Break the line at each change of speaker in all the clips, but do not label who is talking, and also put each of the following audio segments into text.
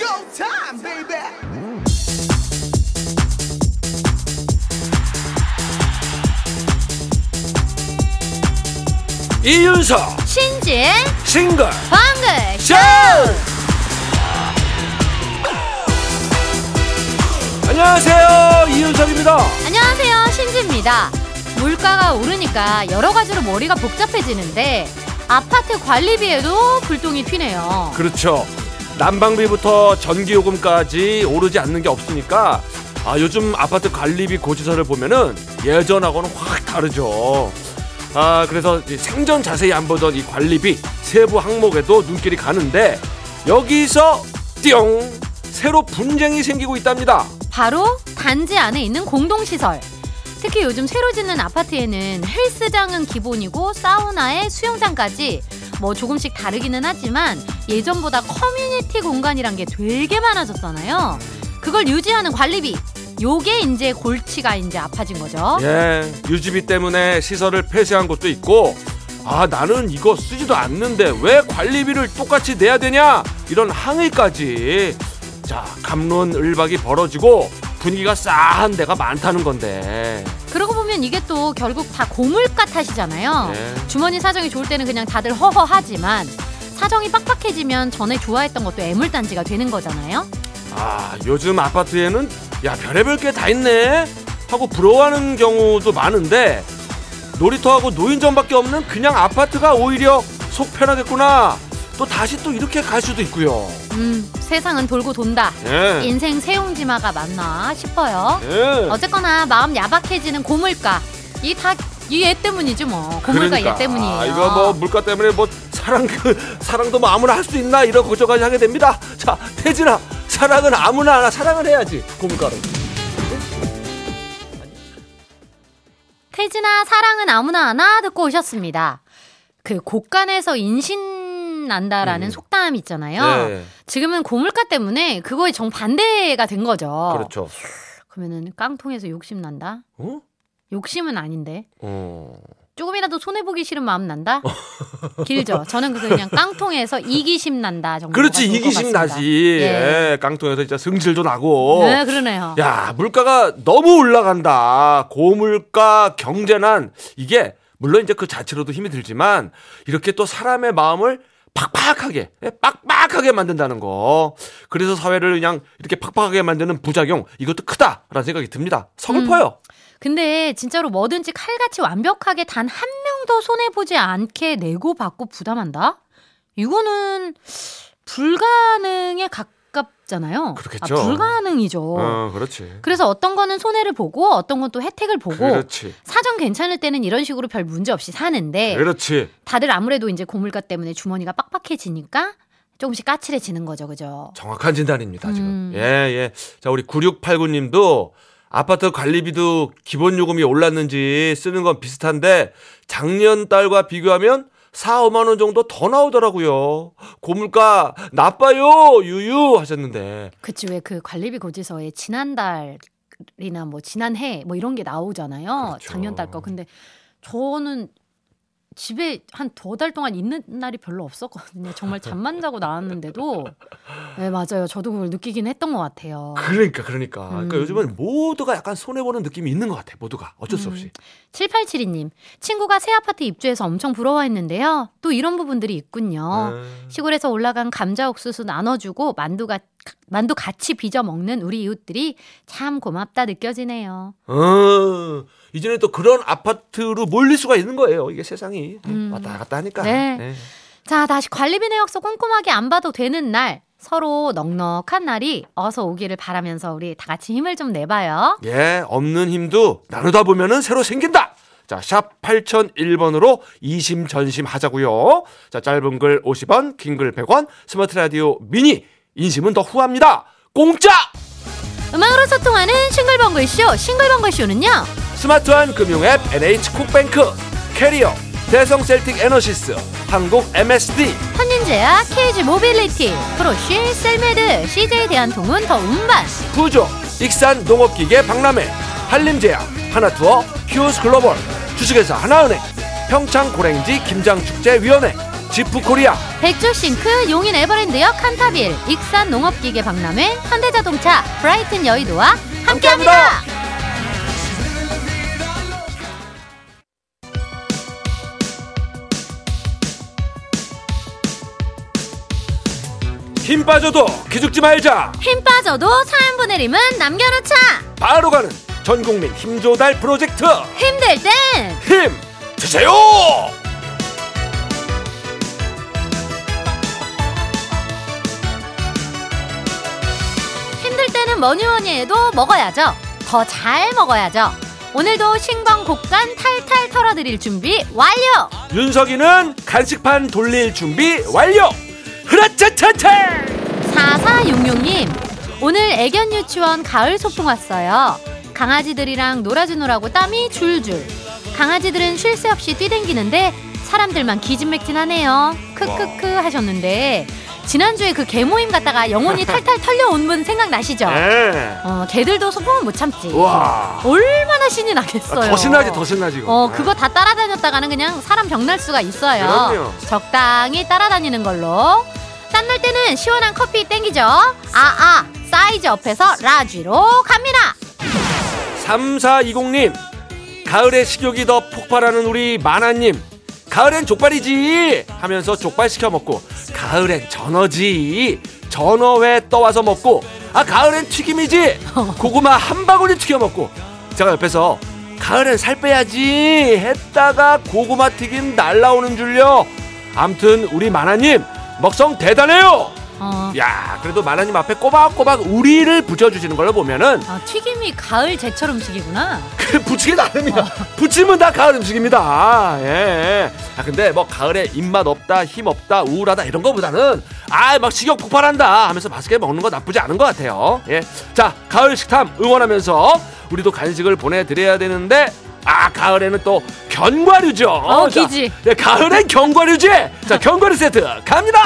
long time, baby.
이윤석
신지의
싱글
방글
쇼 안녕하세요 이윤석입니다
안녕하세요 신지입니다 물가가 오르니까 여러 가지로 머리가 복잡해지는데 아파트 관리비에도 불똥이 튀네요
그렇죠 난방비부터 전기요금까지 오르지 않는 게 없으니까 아 요즘 아파트 관리비 고지서를 보면은 예전하고는 확 다르죠 아 그래서 이 생전 자세히 안 보던 이 관리비 세부 항목에도 눈길이 가는데 여기서 띵 새로 분쟁이 생기고 있답니다
바로 단지 안에 있는 공동시설 특히 요즘 새로 짓는 아파트에는 헬스장은 기본이고 사우나에 수영장까지 뭐 조금씩 다르기는 하지만 예전보다 커뮤니티 공간이란 게 되게 많아졌잖아요 그걸 유지하는 관리비 요게 이제 골치가 이제 아파진 거죠
예, 유지비 때문에 시설을 폐쇄한 곳도 있고, 아, 나는 이거 쓰지도 않는데 왜 관리비를 똑같이 내야 되냐? 이런 항의까지. 자, 감론 을박이 벌어지고 분위기가 싸한 데가 많다는 건데.
그러고 보면 이게 또 결국 다 고물가 탓이잖아요.
네.
주머니 사정이 좋을 때는 그냥 다들 허허하지만 사정이 빡빡해지면 전에 좋아했던 것도 애물단지가 되는 거잖아요.
아, 요즘 아파트에는 야, 별의별 게 다 있네. 하고 부러워하는 경우도 많은데 놀이터하고 노인전밖에 없는 그냥 아파트가 오히려 속 편하겠구나. 또 다시 또 이렇게 갈 수도 있고요.
음, 세상은 돌고 돈다.
예.
인생 세옹지마가 맞나 싶어요.
예.
어쨌거나 마음 야박해지는 고물가 이 다 이 얘 때문이지 뭐. 고물가
그러니까.
얘 때문이에요.
아, 이거 뭐 물가 때문에 뭐 사랑 그 사랑도 뭐 아무나 할 수 있나 이런 걱정까지 하게 됩니다. 자 태진아 사랑은 아무나 하나 사랑을 해야지 고물가로.
태진아 사랑은 아무나 하나 듣고 오셨습니다. 그 곡간에서 인신 난다라는
음.
속담 있잖아요.
네,
지금은 고물가 때문에 그거에 정반대가 된 거죠.
그렇죠.
러면은 깡통에서 욕심 난다?
어?
욕심은 아닌데.
어.
조금이라도 손해보기 싫은 마음 난다? 길죠. 저는 그거 그냥 깡통에서 이기심 난다 정도.
그렇지 이기심 나지. 예. 깡통에서 진짜 승질도 나고.
네, 그러네요.
야 물가가 너무 올라간다. 고물가 경제난 이게 물론 이제 그 자체로도 힘이 들지만 이렇게 또 사람의 마음을 팍팍하게 예, 빡빡하게 만든다는 거. 그래서 사회를 그냥 이렇게 팍팍하게 만드는 부작용 이것도 크다라는 생각이 듭니다. 서글퍼요.
근데 진짜로 뭐든지 칼같이 완벽하게 단 한 명도 손해보지 않게 내고 받고 부담한다? 이거는 불가능에 가깝잖아요.
그렇겠죠.
아, 불가능이죠.
어, 그렇지.
그래서 어떤 거는 손해를 보고 어떤 건 또 혜택을 보고
그렇지.
사정 괜찮을 때는 이런 식으로 별 문제 없이 사는데
그렇지.
다들 아무래도 이제 고물가 때문에 주머니가 빡빡해지니까 조금씩 까칠해지는 거죠, 그죠?
정확한 진단입니다, 지금.
음.
예, 예. 자, 우리 9689 님도 아파트 관리비도 기본 요금이 올랐는지 쓰는 건 비슷한데 작년 달과 비교하면 4, 5만 원 정도 더 나오더라고요. 고물가 나빠요. 유유 하셨는데.
그치 왜 그 관리비 고지서에 지난달이나 뭐 지난해 뭐 이런 게 나오잖아요.
그렇죠.
작년 달 거. 근데 저는 집에 한 두 달 동안 있는 날이 별로 없었거든요. 정말 잠만 자고 나왔는데도 네, 맞아요. 저도 그걸 느끼긴 했던 것 같아요.
그러니까 그러니까. 그러니까
음.
요즘은 모두가 약간 손해 보는 느낌이 있는 것 같아. 모두가. 어쩔 수 없이.
7872님, 친구가 새 아파트 입주해서 엄청 부러워했는데요. 또 이런 부분들이 있군요.
음.
시골에서 올라간 감자 옥수수 나눠주고 만두가 만두 같이 빚어 먹는 우리 이웃들이 참 고맙다 느껴지네요.
어, 이제는 또 그런 아파트로 몰릴 수가 있는 거예요. 이게 세상이
음.
왔다 갔다 하니까.
네.
네.
자, 다시 관리비 내역서 꼼꼼하게 안 봐도 되는 날. 서로 넉넉한 날이 어서 오기를 바라면서 우리 다 같이 힘을 좀 내봐요.
예, 없는 힘도 나누다 보면은 새로 생긴다. 자, 샵 8001번으로 이심전심 하자고요. 자, 짧은 글 50원, 긴 글 100원, 스마트 라디오 미니 인심은 더 후합니다. 공짜!
음악으로 소통하는 싱글벙글쇼, 싱글벙글쇼는요.
스마트한 금융 앱 NH 콕뱅크 캐리어 대성 셀틱 에너시스 한국 MSD
현진제약, KG 모빌리티, 프로쉬, 셀메드, CJ 대한통운 더 운반.
푸조 익산 농업기계 박람회 한림제약 하나투어 휴스글로벌 주식회사 하나은행 평창고랭지 김장축제위원회 지프코리아
백조싱크, 용인 에버랜드역 칸타빌, 익산 농업기계 박람회, 현대자동차, 브라이튼 여의도와 함께합니다.
힘 빠져도 기죽지 말자
힘 빠져도 사연 보내림은 남겨놓자.
바로 가는 전국민 힘조달 프로젝트
힘들 땐
힘 주세요
힘들 때는 뭐니 뭐니 해도 먹어야죠. 더 잘 먹어야죠. 오늘도 신광곡간 탈탈 털어드릴 준비 완료.
윤석이는 간식판 돌릴 준비 완료 흐라차차차
4466님, 오늘 애견 유치원 가을 소풍 왔어요. 강아지들이랑 놀아주느라고 땀이 줄줄. 강아지들은 쉴 새 없이 뛰댕기는데 사람들만 기진맥진하네요. 크크크 하셨는데 지난주에 그 개모임 갔다가 영혼이 탈탈 털려온 분 생각나시죠?
예.
어, 개들도 소풍은 못 참지.
와 아,
얼마나 신이 나겠어요.
더 신나지 더 신나지 이거.
어, 그거 다 따라다녔다가는 그냥 사람 병날 수가 있어요.
아. 그럼요.
적당히 따라다니는 걸로. 땀날 때는 시원한 커피 땡기죠. 아, 아, 사이즈 업해서 라쥐로 갑니다.
3420님 가을에 식욕이 더 폭발하는 우리 만화님 가을엔 족발이지 하면서 족발 시켜 먹고 가을엔 전어지 전어회 떠와서 먹고 아 가을엔 튀김이지 고구마 한 바구니 튀겨 먹고 제가 옆에서 가을엔 살 빼야지 했다가 고구마 튀김 날라오는 줄요 암튼 우리 만화님 먹성 대단해요
어,
야 그래도 만화님 앞에 꼬박꼬박 우리를 붙여주시는 걸로 보면은
아, 튀김이 가을 제철 음식이구나.
그 부치기 나름이야. 부침은 다 가을 음식입니다. 예. 아 근데 뭐 가을에 입맛 없다, 힘 없다, 우울하다 이런 거보다는 아 막 식욕 폭발한다 하면서 맛있게 먹는 거 나쁘지 않은 것 같아요. 예. 자 가을 식탐 응원하면서 우리도 간식을 보내드려야 되는데 아 가을에는 또 견과류죠.
어, 기지.
자, 예, 가을엔 견과류지. 자 견과류 세트 갑니다.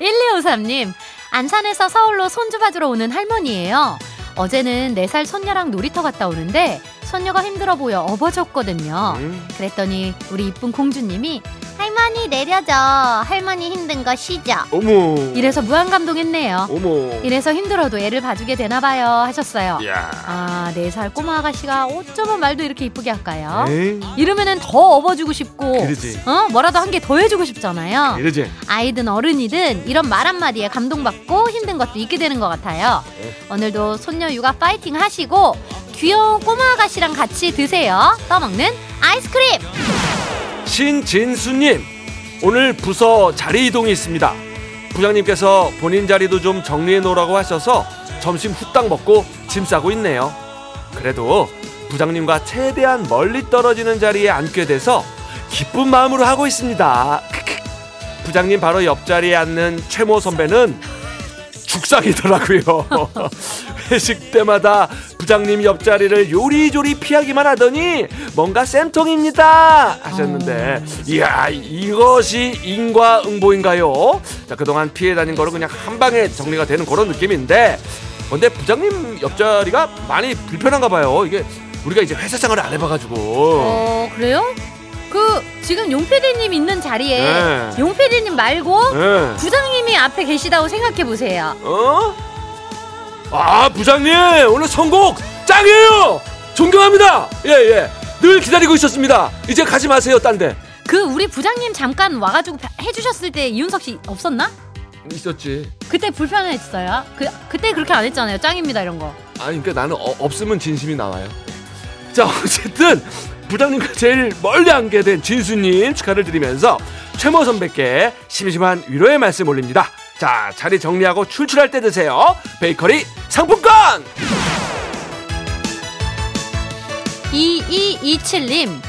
1253님, 안산에서 서울로 손주 봐주러 오는 할머니예요. 어제는 4살 손녀랑 놀이터 갔다 오는데 손녀가 힘들어 보여 업어줬거든요.
음.
그랬더니 우리 이쁜 공주님이 할머니 내려줘. 할머니 힘든 거 쉬죠.
어머.
이래서 무한 감동했네요.
어머.
이래서 힘들어도 애를 봐주게 되나 봐요 하셨어요.
야.
아, 네 살 꼬마 아가씨가 어쩌면 말도 이렇게 이쁘게 할까요?
에이,
이러면은 더 업어주고 싶고,
네. 그러지. 예.
어 뭐라도 한 개 더 해주고 싶잖아요.
이러지.
아이든 어른이든 이런 말 한마디에 감동받고 힘든 것도 있게 되는 것 같아요.
네.
오늘도 손녀 육아 파이팅 하시고 귀여운 꼬마 아가씨랑 같이 드세요. 떠먹는 아이스크림.
신진수님 오늘 부서 자리 이동이 있습니다 부장님께서 본인 자리도 좀 정리해 놓으라고 하셔서 점심 후딱 먹고 짐 싸고 있네요 그래도 부장님과 최대한 멀리 떨어지는 자리에 앉게 돼서 기쁜 마음으로 하고 있습니다 크크. 부장님 바로 옆자리에 앉는 최모 선배는 죽상이더라고요 회식 때마다 부장님 옆자리를 요리조리 피하기만 하더니 뭔가 쌤통입니다 하셨는데 예. 이야 이것이 인과응보인가요? 자 그동안 피해 다닌 거를 그냥 한 방에 정리가 되는 그런 느낌인데 근데 부장님 옆자리가 많이 불편한가 봐요 이게 우리가 이제 회사 생활을 안 해봐가지고
어 그래요? 그 지금 용 PD님 있는 자리에
네.
용 PD님 말고
예.
부장님이 앞에 계시다고 생각해 보세요.
어? 아 부장님 오늘 선곡 짱이에요 존경합니다 예예 늘 기다리고 있었습니다 이제 가지 마세요 딴데
그 우리 부장님 잠깐 와가지고 바- 해주셨을 때 이윤석 씨 없었나?
있었지
그때 불편했어요. 그 그때 그렇게 안 했잖아요. 짱입니다 이런 거.
아니 그러니까 나는 어- 없으면 진심이 나와요. 자 어쨌든 부장님과 제일 멀리 앉게 된 진수님 축하를 드리면서 최모 선배께 심심한 위로의 말씀 올립니다. 자 자리 정리하고 출출할 때 드세요. 베이커리 상품권.
2227님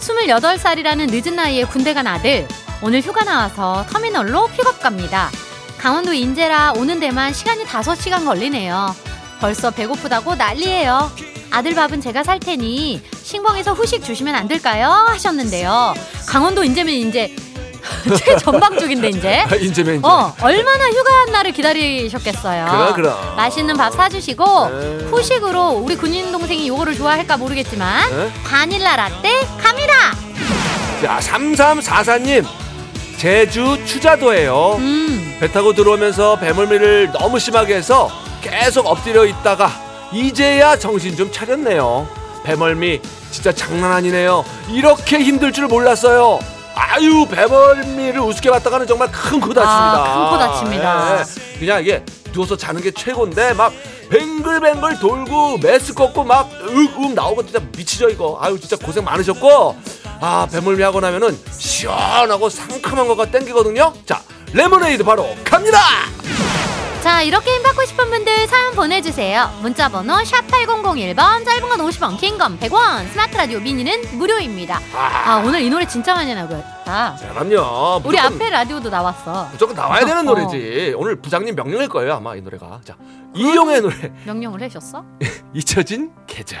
28살이라는 늦은 나이에 군대 간 아들 오늘 휴가 나와서 터미널로 픽업 갑니다 강원도 인제라 오는 데만 시간이 5시간 걸리네요 벌써 배고프다고 난리예요 아들 밥은 제가 살 테니 신봉에서 후식 주시면 안 될까요? 하셨는데요 강원도 인제면 인제 최전방 쪽인데 이제
아, 인제맨 인제.
어 얼마나 휴가 날을 기다리셨겠어요
그럼 그럼.
맛있는 밥 사주시고
네.
후식으로 우리 군인 동생이 요거를 좋아할까 모르겠지만
네?
바닐라 라떼 갑니다.
자, 3344님. 제주 추자도예요.
음.
배 타고 들어오면서 배멀미를 너무 심하게 해서 계속 엎드려 있다가 이제야 정신 좀 차렸네요. 배멀미 진짜 장난 아니네요. 이렇게 힘들 줄 몰랐어요. 아유 배멀미를 우습게 봤다가는 정말 큰 코 다칩니다.
아, 큰코 다칩니다.
예, 예. 그냥 이게 누워서 자는 게 최고인데 막 뱅글뱅글 돌고 매스 꺾고 막 윽윽 나오고 진짜 미치죠 이거. 아유 진짜 고생 많으셨고 아 배멀미 하고 나면은 시원하고 상큼한 거가 땡기거든요. 자 레모네이드 바로 갑니다.
자, 이렇게 힘 받고 싶은 분들 사연 보내주세요. 문자번호 샵8001번, 짧은 건 50원, 긴 건 100원, 스마트 라디오 미니는 무료입니다. 아, 오늘 이 노래 진짜 많이 나왔다.
그럼요.
우리
무조건-
앞에 라디오도 나왔어.
무조건 나와야 되는
어.
노래지. 오늘 부장님 명령일 거예요 아마 이 노래가. 자 이용의 노래
명령을 해주셨어?
잊혀진 계절.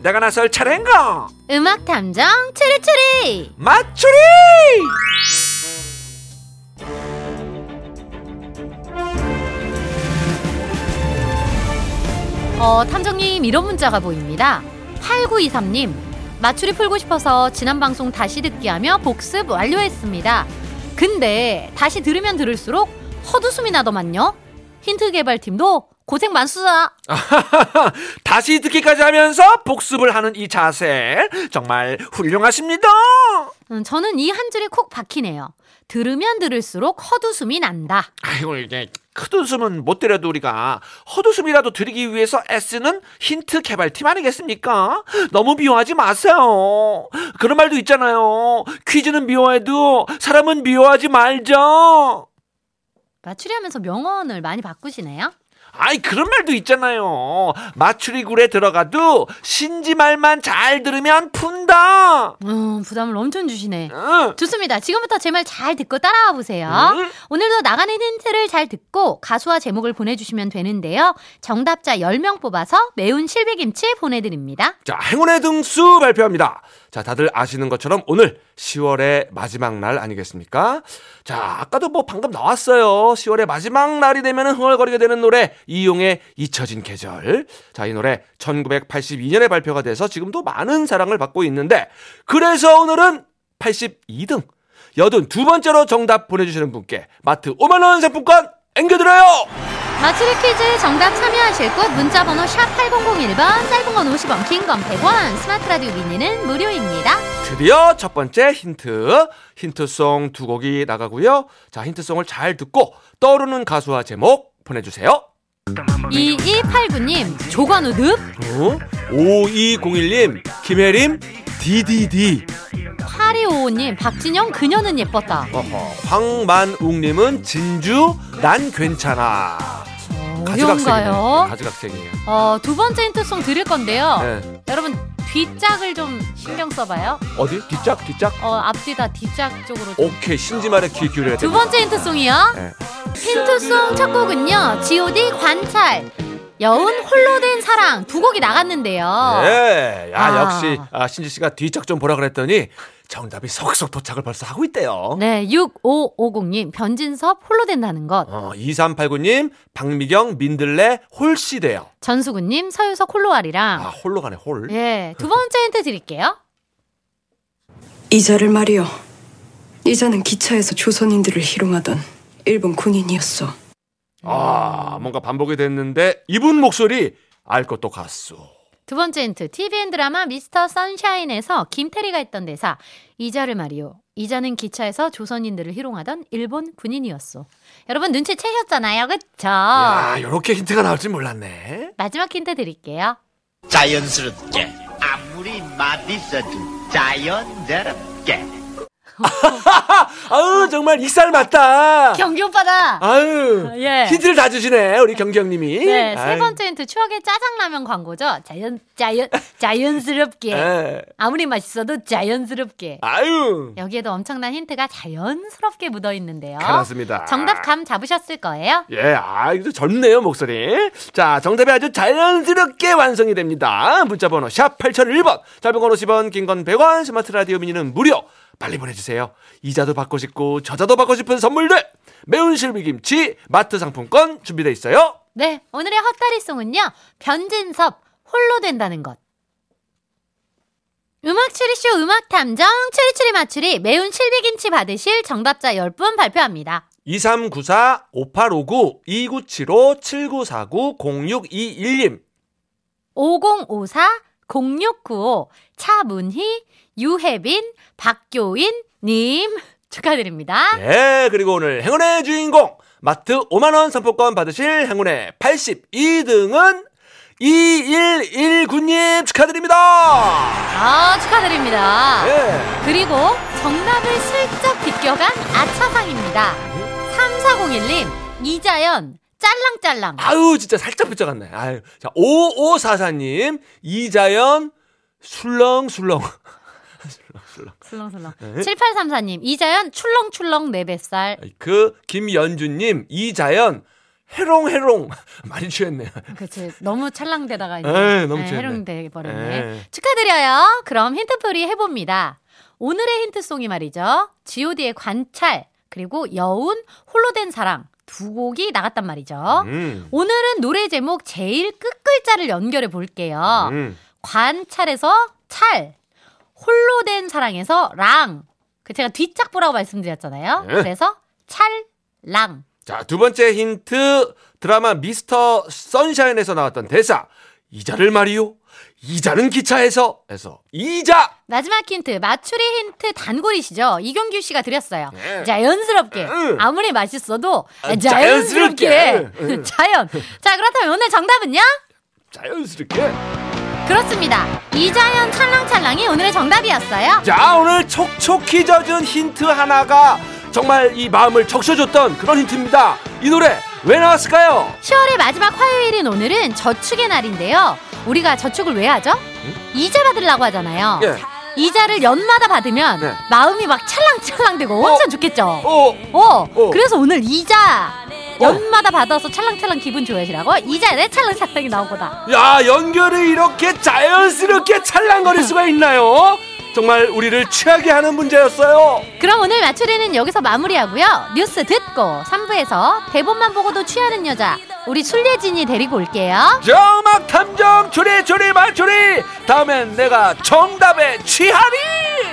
내가 나설 차례인가?
음악 탐정 추리추리.
맞추리!
어, 탐정님, 이런 문자가 보입니다. 8923님, 마추리 풀고 싶어서 지난 방송 다시 듣기 하며 복습 완료했습니다. 근데 다시 들으면 들을수록 헛웃음이 나더만요. 힌트 개발팀도 고생 많수다.
다시 듣기까지 하면서 복습을 하는 이 자세 정말 훌륭하십니다.
음, 저는 이 한 줄이 콕 박히네요. 들으면 들을수록 헛웃음이 난다.
아이고 이제 큰웃음은 못 드려도 우리가 헛웃음이라도 드리기 위해서 애쓰는 힌트 개발팀 아니겠습니까? 너무 미워하지 마세요. 그런 말도 있잖아요. 퀴즈는 미워해도 사람은 미워하지 말자.
마추리 하면서 명언을 많이 바꾸시네요.
아이 그런 말도 있잖아요. 마추리굴에 들어가도 신지 말만 잘 들으면 푼다.
음, 부담을 엄청 주시네.
응.
좋습니다. 지금부터 제 말 잘 듣고 따라와 보세요.
응?
오늘도 나가는 힌트를 잘 듣고 가수와 제목을 보내주시면 되는데요. 정답자 10명 뽑아서 매운 실비김치 보내드립니다.
자 행운의 등수 발표합니다. 자 다들 아시는 것처럼 오늘 10월의 마지막 날 아니겠습니까? 자 아까도 뭐 방금 나왔어요. 10월의 마지막 날이 되면 흥얼거리게 되는 노래 이용의 잊혀진 계절. 자 이 노래 1982년에 발표가 돼서 지금도 많은 사랑을 받고 있는데 그래서 오늘은 82등 여든 두 번째로 정답 보내주시는 분께 마트 5만 원 상품권 앵겨드려요.
마추리 퀴즈 정답 참여하실 곳 문자번호 샵 8001번, 짧은 건 50원, 긴 건 100원, 스마트 라디오 미니는 무료입니다.
드디어 첫 번째 힌트. 힌트송 두 곡이 나가고요. 자, 힌트송을 잘 듣고 떠오르는 가수와 제목 보내주세요.
2289님, 조관우 늪,
어? 5201님, 김혜림, DDD.
8255님, 박진영, 그녀는 예뻤다.
어허, 황만웅님은 진주, 난 괜찮아. 네,
어려운가요?
가지각색이에요.
어, 두 번째 힌트송 들을 건데요.
네.
여러분, 뒷짝을 좀 신경 써봐요.
어디? 뒷짝, 뒷짝?
어, 앞뒤 다 뒷짝 쪽으로. 좀.
오케이, 신지말에 귀 기울여야 돼.
두 번째 힌트송이요.
네.
힌트송 첫 곡은요. G.O.D. 관찰. 여운 홀로 된 사랑 두 곡이 나갔는데요.
예, 야,
아.
역시, 아, 신지 씨가 뒷짝 좀 보라 그랬더니 정답이 속속 도착을 벌써 하고 있대요.
네, 6550님 변진섭 홀로 된다는 것.
어, 2389님, 박미경, 민들레, 홀시대요.
전수근님 서유석 홀로알이랑.
아, 홀로 가네, 홀.
예, 두 번째 힌트 드릴게요.
이자를 말이요. 이자는 기차에서 조선인들을 희롱하던 일본 군인이었어.
아, 뭔가 반복이 됐는데, 이분 목소리, 알 것도 갔소.
두 번째 힌트 TVN 드라마 미스터 선샤인에서 김태리가 했던 대사 이자를 말이요. 이자는 기차에서 조선인들을 희롱하던 일본 군인이었어. 여러분 눈치 채셨잖아요, 그쵸?
야, 요렇게 힌트가 나올 줄 몰랐네.
마지막 힌트 드릴게요.
자연스럽게 아무리 맛있어도 자연스럽게
아유 정말 익살 맞다.
경기 오빠다.
아유
예.
힌트를 다 주시네 우리 경기 형님이.
네, 세
아유.
번째 힌트 추억의 짜장라면 광고죠. 자연 자연 자연스럽게
예.
아무리 맛있어도 자연스럽게
아유.
여기에도 엄청난 힌트가 자연스럽게 묻어 있는데요.
그렇습니다.
정답 감 잡으셨을 거예요.
예, 아, 이거 젊네요, 목소리. 자, 정답이 아주 자연스럽게 완성이 됩니다. 문자번호 샵 8001번, 짧은 건 50원, 긴 건 100원, 스마트 라디오 미니는 무료. 빨리 보내주세요. 이자도 받고 싶고, 저자도 받고 싶은 선물들! 매운 실비김치, 마트 상품권 준비돼 있어요.
네, 오늘의 헛다리송은요. 변진섭 홀로 된다는 것. 음악 추리쇼 음악 탐정 추리추리 맞추리 매운 실비김치 받으실 정답자 10분 발표합니다.
2394, 5859, 2975, 7949, 0621님.
5054 0695 차문희 유혜빈 박교인 님 축하드립니다.
예, 그리고 오늘 행운의 주인공 마트 5만 원 상품권 받으실 행운의 82등은 2119님 축하드립니다.
아, 축하드립니다.
예.
그리고 정답을 슬쩍 비껴간 아차상입니다. 3401님 이자연 짤랑짤랑
아유, 진짜 살짝 붙여갔네. 아유. 자, 5544님, 이자연 술렁술렁.
슬렁슬렁
예.
7834님 이자연 출렁출렁 내 뱃살
그 김연주님, 이자연 해롱해롱 많이 취했네요.
그치 너무 찰랑대다가 이제
에이, 너무 재밌네.
해롱돼 버렸네.
에이.
축하드려요. 그럼 힌트풀이 해봅니다. 오늘의 힌트송이 말이죠. G.O.D의 관찰 그리고 여운 홀로 된 사랑 두 곡이 나갔단 말이죠.
음.
오늘은 노래 제목 제일 끝글자를 연결해 볼게요.
음.
관찰에서 찰, 홀로 된 사랑에서 랑. 그 제가 뒷짝 보라고 말씀드렸잖아요.
네.
그래서 찰랑.
자, 두 번째 힌트. 드라마 미스터 선샤인에서 나왔던 대사. 이자를 말이요. 이자는 기차에서. 에서. 이자!
마지막 힌트 맞추리 힌트 단골이시죠 이경규 씨가 드렸어요
네.
자연스럽게
응.
아무리 맛있어도
아,
자연스럽게,
자연스럽게. 네. 응.
자연 자 그렇다면 오늘 정답은요
자연스럽게.
그렇습니다 이자연 찰랑찰랑이 오늘의 정답이었어요
자, 오늘 촉촉히 젖은 힌트 하나가 정말 이 마음을 적셔줬던 그런 힌트입니다. 이 노래 왜 나왔을까요?
10월의 마지막 화요일인 오늘은 저축의 날인데요 우리가 저축을 왜 하죠 이자 받으려고 하잖아요
음? 예.
이자를 연마다 받으면
네.
마음이 막 찰랑찰랑되고 완전 좋겠죠
어,
어,
어.
그래서 오늘 이자 연마다 받아서 찰랑찰랑 기분 좋으시라고 이자 내 찰랑찰랑이 나온 거다.
야, 연결을 이렇게 자연스럽게 찰랑거릴 수가 있나요? 정말 우리를 취하게 하는 문제였어요.
그럼 오늘 마추리는 여기서 마무리하고요. 뉴스 듣고 3부에서 대본만 보고도 취하는 여자 우리 술예진이 데리고 올게요.
정막 탐정 추리 추리 말추리 다음엔 내가 정답에 취하리